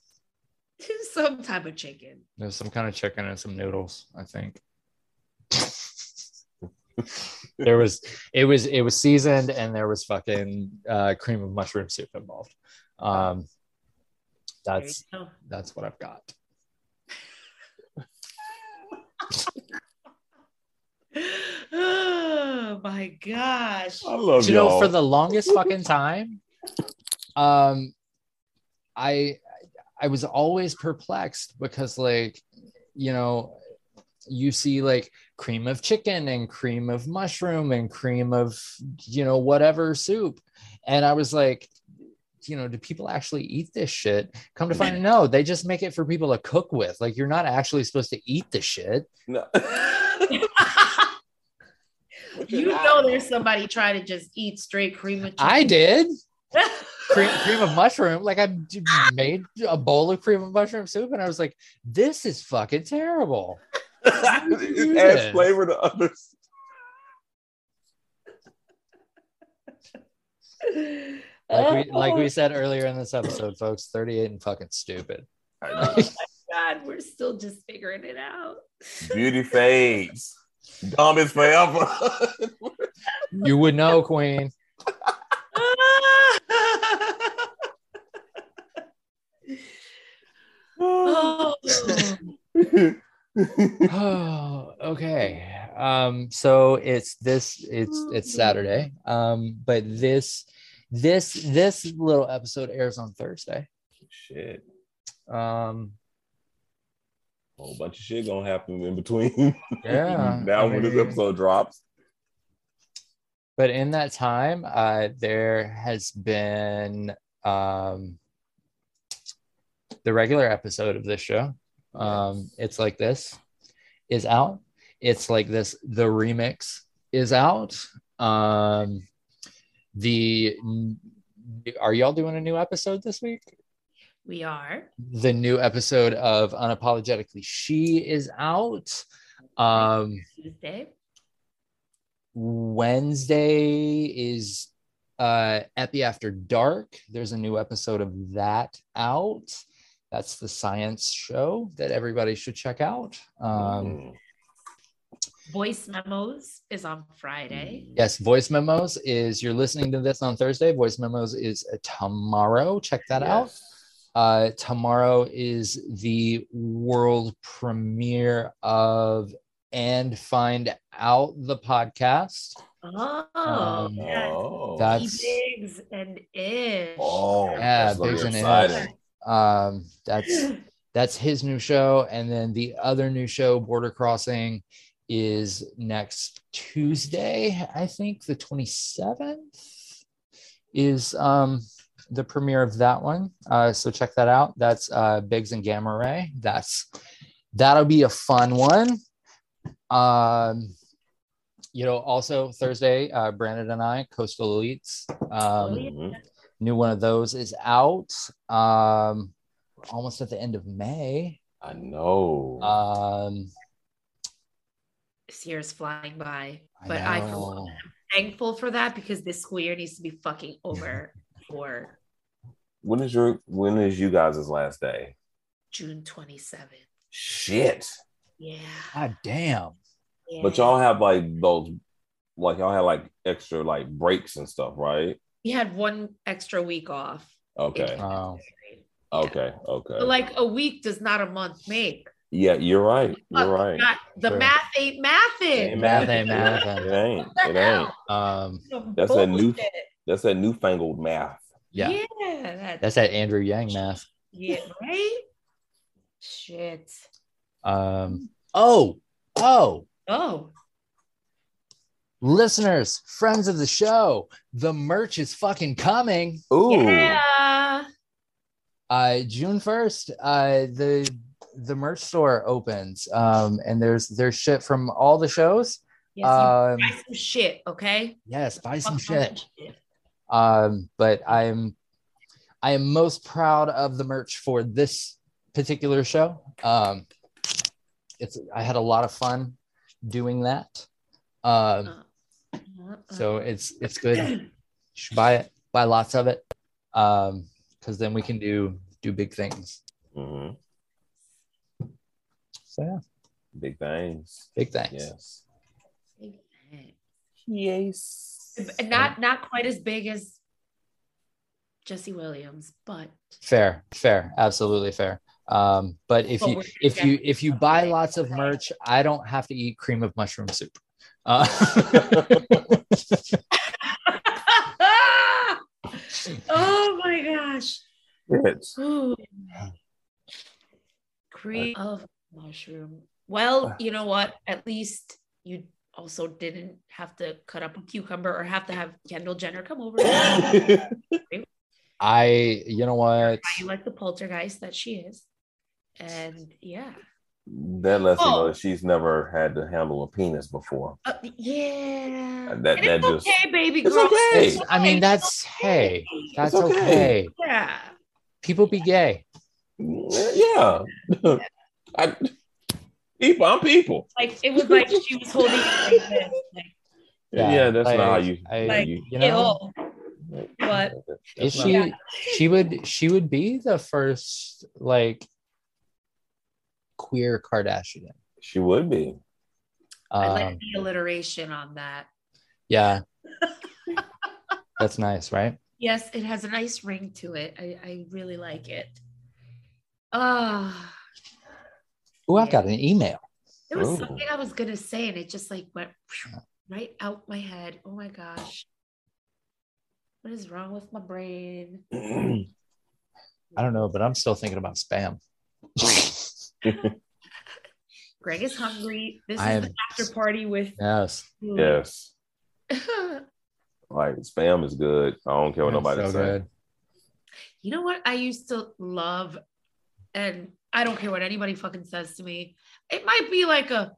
Speaker 2: Some type of chicken.
Speaker 4: There's some kind of chicken and some noodles, I think. there was it was it was seasoned and there was fucking uh, cream of mushroom soup involved. Um, that's
Speaker 2: There you go.
Speaker 4: that's what I've got.
Speaker 2: oh my gosh.
Speaker 5: I love
Speaker 4: Do you
Speaker 5: y'all.
Speaker 4: know for the longest fucking time um i i was always perplexed because like you know you see like cream of chicken and cream of mushroom and cream of you know whatever soup and i was like you know do people actually eat this shit come to find out no they just make it for people to cook with like you're not actually supposed to eat the shit
Speaker 5: no.
Speaker 4: Oh.
Speaker 2: you know there's somebody trying to just eat straight cream of chicken.
Speaker 4: i did cream, cream of mushroom. Like I d- made a bowl of cream of mushroom soup, and I was like, "This is fucking terrible."
Speaker 5: it adds
Speaker 4: this?
Speaker 5: flavor to others.
Speaker 4: Like we, like we said earlier in this episode, folks, thirty-eight and fucking stupid.
Speaker 5: I-
Speaker 2: Oh, God, we're still just figuring it out.
Speaker 5: Beauty fades. Dumb is forever.
Speaker 4: You would know, Queen.
Speaker 2: oh.
Speaker 4: Oh, okay. Um, so it's this. It's it's Saturday. Um, but this this this little episode airs on Thursday.
Speaker 5: shit.
Speaker 4: Um,
Speaker 5: A whole bunch of shit gonna happen in between.
Speaker 4: yeah.
Speaker 5: now
Speaker 4: I
Speaker 5: when this
Speaker 4: mean-
Speaker 5: episode drops.
Speaker 4: but in that time uh, there has been um, the regular episode of this show um, it's like this is out it's like this the remix is out um, the are y'all doing a new episode this week
Speaker 2: We are.
Speaker 4: the new episode of unapologetically she is out um,
Speaker 2: Tuesday.
Speaker 4: Wednesday is uh Epi After Dark. There's a new episode of that out. That's the science show that everybody should check out. Um,
Speaker 5: Mm.
Speaker 2: Voice memos is on Friday.
Speaker 4: yes, Voice Memos is you're listening to this on Thursday. Voice Memos is tomorrow. Check that out. Uh, tomorrow is the world premiere of and find out the podcast.
Speaker 2: Oh,
Speaker 4: Um,
Speaker 2: yes.
Speaker 5: Oh.
Speaker 4: That-
Speaker 2: E
Speaker 4: that's-
Speaker 2: Biggs and Ish.
Speaker 5: oh,
Speaker 4: Yeah,
Speaker 5: that's gonna be
Speaker 4: Bigs and
Speaker 5: exciting.
Speaker 4: Um, that's that's his new show and then the other new show border crossing is next tuesday i think the 27th is um the premiere of that one uh so check that out that's uh biggs and gamma ray that's that'll be a fun one um you know also thursday uh brandon and i coastal elites um
Speaker 5: Mhm.
Speaker 4: new one of those is out um we're almost at the end of may
Speaker 5: I know.
Speaker 4: um
Speaker 2: This year's flying by,
Speaker 4: I
Speaker 2: but I
Speaker 4: know.
Speaker 2: feel thankful for that because this school year needs to be fucking over for
Speaker 5: when is your when is you guys' last day?
Speaker 2: June 27th.
Speaker 5: Shit.
Speaker 2: Yeah.
Speaker 4: god damn
Speaker 5: But
Speaker 2: yeah.
Speaker 5: y'all have like those like y'all had like extra like breaks and stuff, right?
Speaker 2: we had one extra week off. in
Speaker 5: Okay.
Speaker 4: Wow.
Speaker 2: February.
Speaker 5: Okay. Okay.
Speaker 2: But like a week does not a month make.
Speaker 5: yeah, you're right. You're
Speaker 2: Fuck,
Speaker 5: right.
Speaker 2: not- the
Speaker 4: True.
Speaker 2: math ain't mathing.
Speaker 5: Ain't
Speaker 4: math
Speaker 5: math.
Speaker 4: ain't math
Speaker 5: It
Speaker 4: and-
Speaker 5: ain't.
Speaker 2: What
Speaker 5: It
Speaker 2: the
Speaker 5: ain't.
Speaker 2: hell?
Speaker 4: um
Speaker 2: Some
Speaker 5: That's a new-
Speaker 2: bullshit.
Speaker 5: That's that newfangled math.
Speaker 4: yeah,
Speaker 2: Yeah. that-
Speaker 4: that's that andrew yang math
Speaker 2: yeah. Right? Shit.
Speaker 4: um oh oh
Speaker 2: Oh.
Speaker 4: listeners friends of the show the merch is fucking coming
Speaker 5: Ooh.
Speaker 2: Yeah.
Speaker 4: uh june 1st uh the the merch store opens um and there's there's shit from all the shows
Speaker 2: Yes,
Speaker 4: um
Speaker 2: you buy some shit, okay?
Speaker 4: yes buy some
Speaker 2: Fuck
Speaker 4: shit
Speaker 2: shit.
Speaker 4: um, but I'm I am most proud of the merch for this particular show. Um, it's I had a lot of fun doing that. Um,
Speaker 2: Uh, uh, uh.
Speaker 4: so it's it's good. You should buy it. buy lots of it, um, because then we can do do big things.
Speaker 5: Mm-hmm.
Speaker 3: hmm
Speaker 4: So yeah,
Speaker 3: Big things.
Speaker 4: big things.
Speaker 3: Yes.
Speaker 8: Yes.
Speaker 4: Um,
Speaker 2: Not not quite as big as Jesse Williams, but
Speaker 4: Fair, fair, absolutely fair. Um, but if
Speaker 2: But
Speaker 4: you
Speaker 2: we're
Speaker 4: if you if you buy
Speaker 2: definitely-
Speaker 4: lots of merch, I don't have to eat cream of mushroom soup. Uh,
Speaker 2: oh my gosh.
Speaker 3: Yes.
Speaker 2: Ooh. Cream of mushroom. Well, you know what? At least you also didn't have to cut up a cucumber or have to have Kendall Jenner come over. Are
Speaker 4: I you know what?
Speaker 2: you like the poltergeist that she is? And yeah.
Speaker 3: that lets me
Speaker 2: Oh.
Speaker 3: know that she's never had to handle a penis before.
Speaker 2: Uh, yeah.
Speaker 3: That-
Speaker 2: And
Speaker 3: that
Speaker 2: it's
Speaker 3: just-
Speaker 2: okay, baby
Speaker 3: It's
Speaker 2: girl.
Speaker 3: okay.
Speaker 2: It's
Speaker 4: I mean,
Speaker 2: okay.
Speaker 4: that's hey, that's
Speaker 3: It's
Speaker 4: okay.
Speaker 3: okay.
Speaker 2: yeah.
Speaker 4: People be gay.
Speaker 3: Yeah. I, people, I'm people.
Speaker 2: Like it was like she was holding it like this. Like,
Speaker 4: Yeah,
Speaker 3: Yeah, that's
Speaker 4: like-
Speaker 3: not how you.
Speaker 4: I-
Speaker 3: yeah,
Speaker 2: Like,
Speaker 3: you
Speaker 4: You know,
Speaker 3: That's
Speaker 2: but
Speaker 4: is
Speaker 3: not-
Speaker 4: she she would she would be the first like queer Kardashian.
Speaker 3: She would be.
Speaker 2: I like
Speaker 4: Um,
Speaker 2: the alliteration on that.
Speaker 4: yeah, that's nice, right?
Speaker 2: Yes, it has a nice ring to it. I, I really like it. Ah,
Speaker 4: Oh, I've
Speaker 2: Yeah.
Speaker 4: got an email.
Speaker 2: there was
Speaker 3: Ooh.
Speaker 2: something I was gonna say, and it just like went right out my head. Oh my gosh, what is wrong with my brain?
Speaker 4: I don't know, but I'm still thinking about spam.
Speaker 2: Greg is hungry. This
Speaker 4: I
Speaker 2: is the
Speaker 4: am-
Speaker 2: after party with.
Speaker 4: Yes.
Speaker 3: yes. Like spam is good. I don't care what nobody says.
Speaker 4: So good.
Speaker 2: you know what I used to love, and I don't care what anybody fucking says to me. It might be like a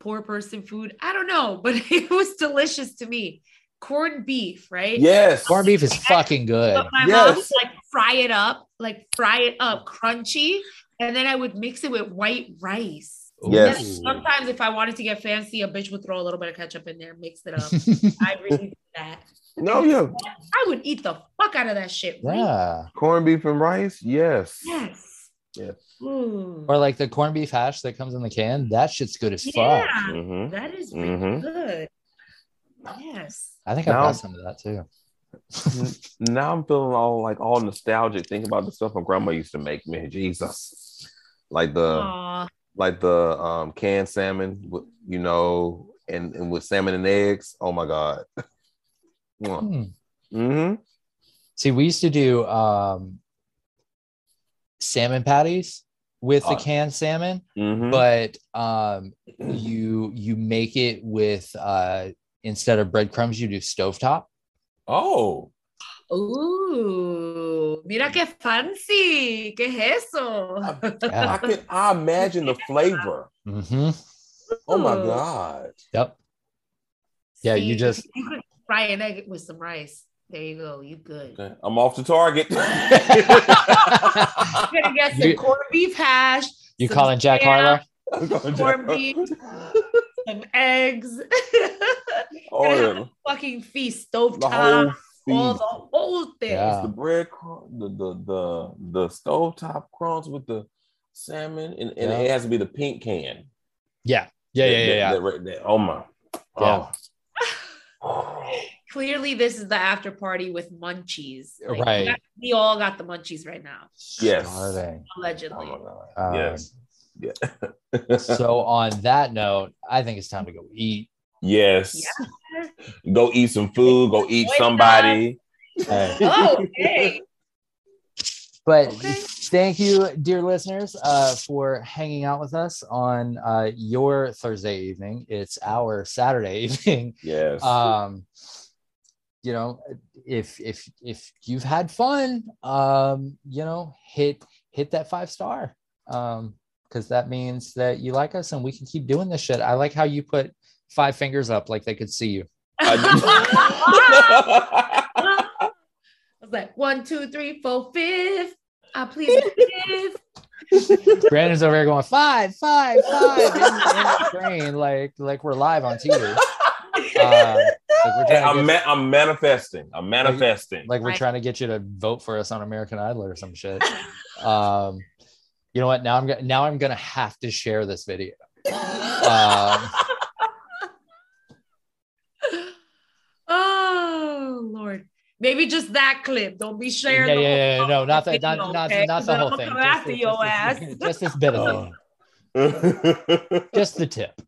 Speaker 2: poor person food. I don't know, but it was delicious to me. Corned beef, right?
Speaker 3: Yes.
Speaker 4: Corned beef is fucking good.
Speaker 2: But my mom would,
Speaker 3: Yes.
Speaker 2: like fry it up, like fry it up crunchy, and then I would mix it with white rice.
Speaker 3: Yes.
Speaker 2: And Sometimes, if I wanted to get fancy, a bitch would throw a little bit of ketchup in there, mix it up. I really did that.
Speaker 3: No, yeah.
Speaker 2: I would eat the fuck out of that shit. right?
Speaker 4: yeah.
Speaker 3: Corned beef and rice. Yes.
Speaker 2: Yes.
Speaker 3: Yes.
Speaker 2: Ooh.
Speaker 4: Or like the corned beef hash that comes in the can. That shit's good as
Speaker 2: yeah,
Speaker 4: fuck.
Speaker 3: Mm-hmm.
Speaker 2: that is really
Speaker 3: Mhm.
Speaker 2: good. Yes.
Speaker 4: I think I've
Speaker 3: No.
Speaker 4: got some of that too.
Speaker 3: Now I'm feeling all like all nostalgic. Think about the stuff my grandma used to make me. Jesus. Like the.
Speaker 2: Aw,
Speaker 3: like the um canned salmon, with, you know, and, and with salmon and eggs. Oh my god.
Speaker 4: Hmm.
Speaker 3: Mm-hmm.
Speaker 4: See, we used to do um, salmon patties with the
Speaker 3: Oh.
Speaker 4: canned salmon,
Speaker 3: Mm-hmm.
Speaker 4: but um, you you make it with uh, instead of breadcrumbs, you do stovetop.
Speaker 3: oh,
Speaker 2: Ooh, mira que fancy. ¿Qué es eso?
Speaker 3: I
Speaker 4: Yeah.
Speaker 3: can I imagine the flavor.
Speaker 4: hmm
Speaker 3: Oh my
Speaker 2: Ooh.
Speaker 3: god.
Speaker 4: Yep. Yeah, you just-
Speaker 2: you could fry an egg with some rice. There you go. You good.
Speaker 3: Okay, I'm off to Target.
Speaker 2: You're gonna get some
Speaker 4: You-
Speaker 2: corned beef hash.
Speaker 4: You
Speaker 2: some
Speaker 4: calling Jack
Speaker 2: spam,
Speaker 4: Harlow?
Speaker 2: Corned beef, some eggs.
Speaker 3: oh, yeah.
Speaker 2: Fucking feast, stove
Speaker 3: the whole
Speaker 2: top, all the
Speaker 3: feast.
Speaker 2: whole thing.
Speaker 4: Yeah.
Speaker 3: the bread crumb, the the the the stovetop crumbs with the salmon, and, and
Speaker 4: Yeah.
Speaker 3: it has to be the pink can.
Speaker 4: Yeah. Yeah. Yeah.
Speaker 3: That-
Speaker 4: Yeah. yeah.
Speaker 3: that- that- that- oh my.
Speaker 4: Yeah.
Speaker 3: Oh.
Speaker 2: Clearly, this is the after party with munchies.
Speaker 4: Right.
Speaker 2: that- We all got the munchies right now,
Speaker 3: Yes.
Speaker 4: Starving.
Speaker 3: Oh
Speaker 2: allegedly.
Speaker 3: my god.
Speaker 4: Um,
Speaker 3: yes.
Speaker 4: so on that note, I think it's time to go eat.
Speaker 3: Yes. Go eat some food. Go eat
Speaker 2: Why
Speaker 3: somebody.
Speaker 2: oh, hey.
Speaker 4: But
Speaker 2: Okay.
Speaker 4: thank you, dear listeners, uh, for hanging out with us on uh, your Thursday evening. It's our Saturday evening.
Speaker 3: Yes.
Speaker 4: Um, you know, if if if you've had fun, um, you know, hit hit that five star um, because that means that you like us and we can keep doing this shit. I like how you put five fingers up like they could see you.
Speaker 2: I was like, one, two, three, four, fifth. I please the fifth.
Speaker 4: Brandon's over here going five, five, five in, in the screen, like like we're live on TV. Uh, Like we're trying to
Speaker 5: I'm,
Speaker 4: get-
Speaker 5: ma- I'm manifesting. I'm manifesting.
Speaker 4: like we're
Speaker 2: Right.
Speaker 4: trying to get you to vote for us on American Idol or some shit. Um, you know what? Now I'm gonna now I'm gonna have to share this video. Um,
Speaker 2: Oh Lord. Maybe just that clip. Don't be
Speaker 4: yeah,
Speaker 2: sharing. the
Speaker 4: yeah,
Speaker 2: whole
Speaker 4: yeah, yeah, no, not that,
Speaker 2: video,
Speaker 4: not not,
Speaker 2: okay?
Speaker 4: not
Speaker 2: 'Cause
Speaker 4: the
Speaker 2: then
Speaker 4: whole
Speaker 2: I'ma
Speaker 4: thing.
Speaker 2: Come
Speaker 4: Just
Speaker 2: after
Speaker 4: this-
Speaker 2: your
Speaker 4: just this-
Speaker 2: ass.
Speaker 4: Just this bit of it. Just the tip.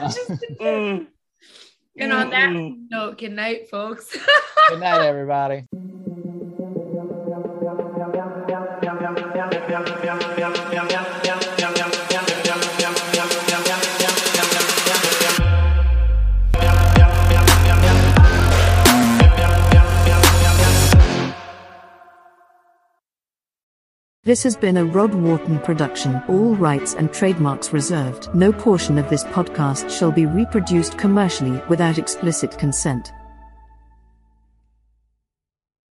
Speaker 2: Just-
Speaker 5: Mm,
Speaker 2: and on that
Speaker 5: mm,
Speaker 2: note, good night, folks.
Speaker 4: Good night, everybody.
Speaker 9: This has been a Rod Wharton production. All rights and trademarks reserved. No portion of this podcast shall be reproduced commercially without explicit consent.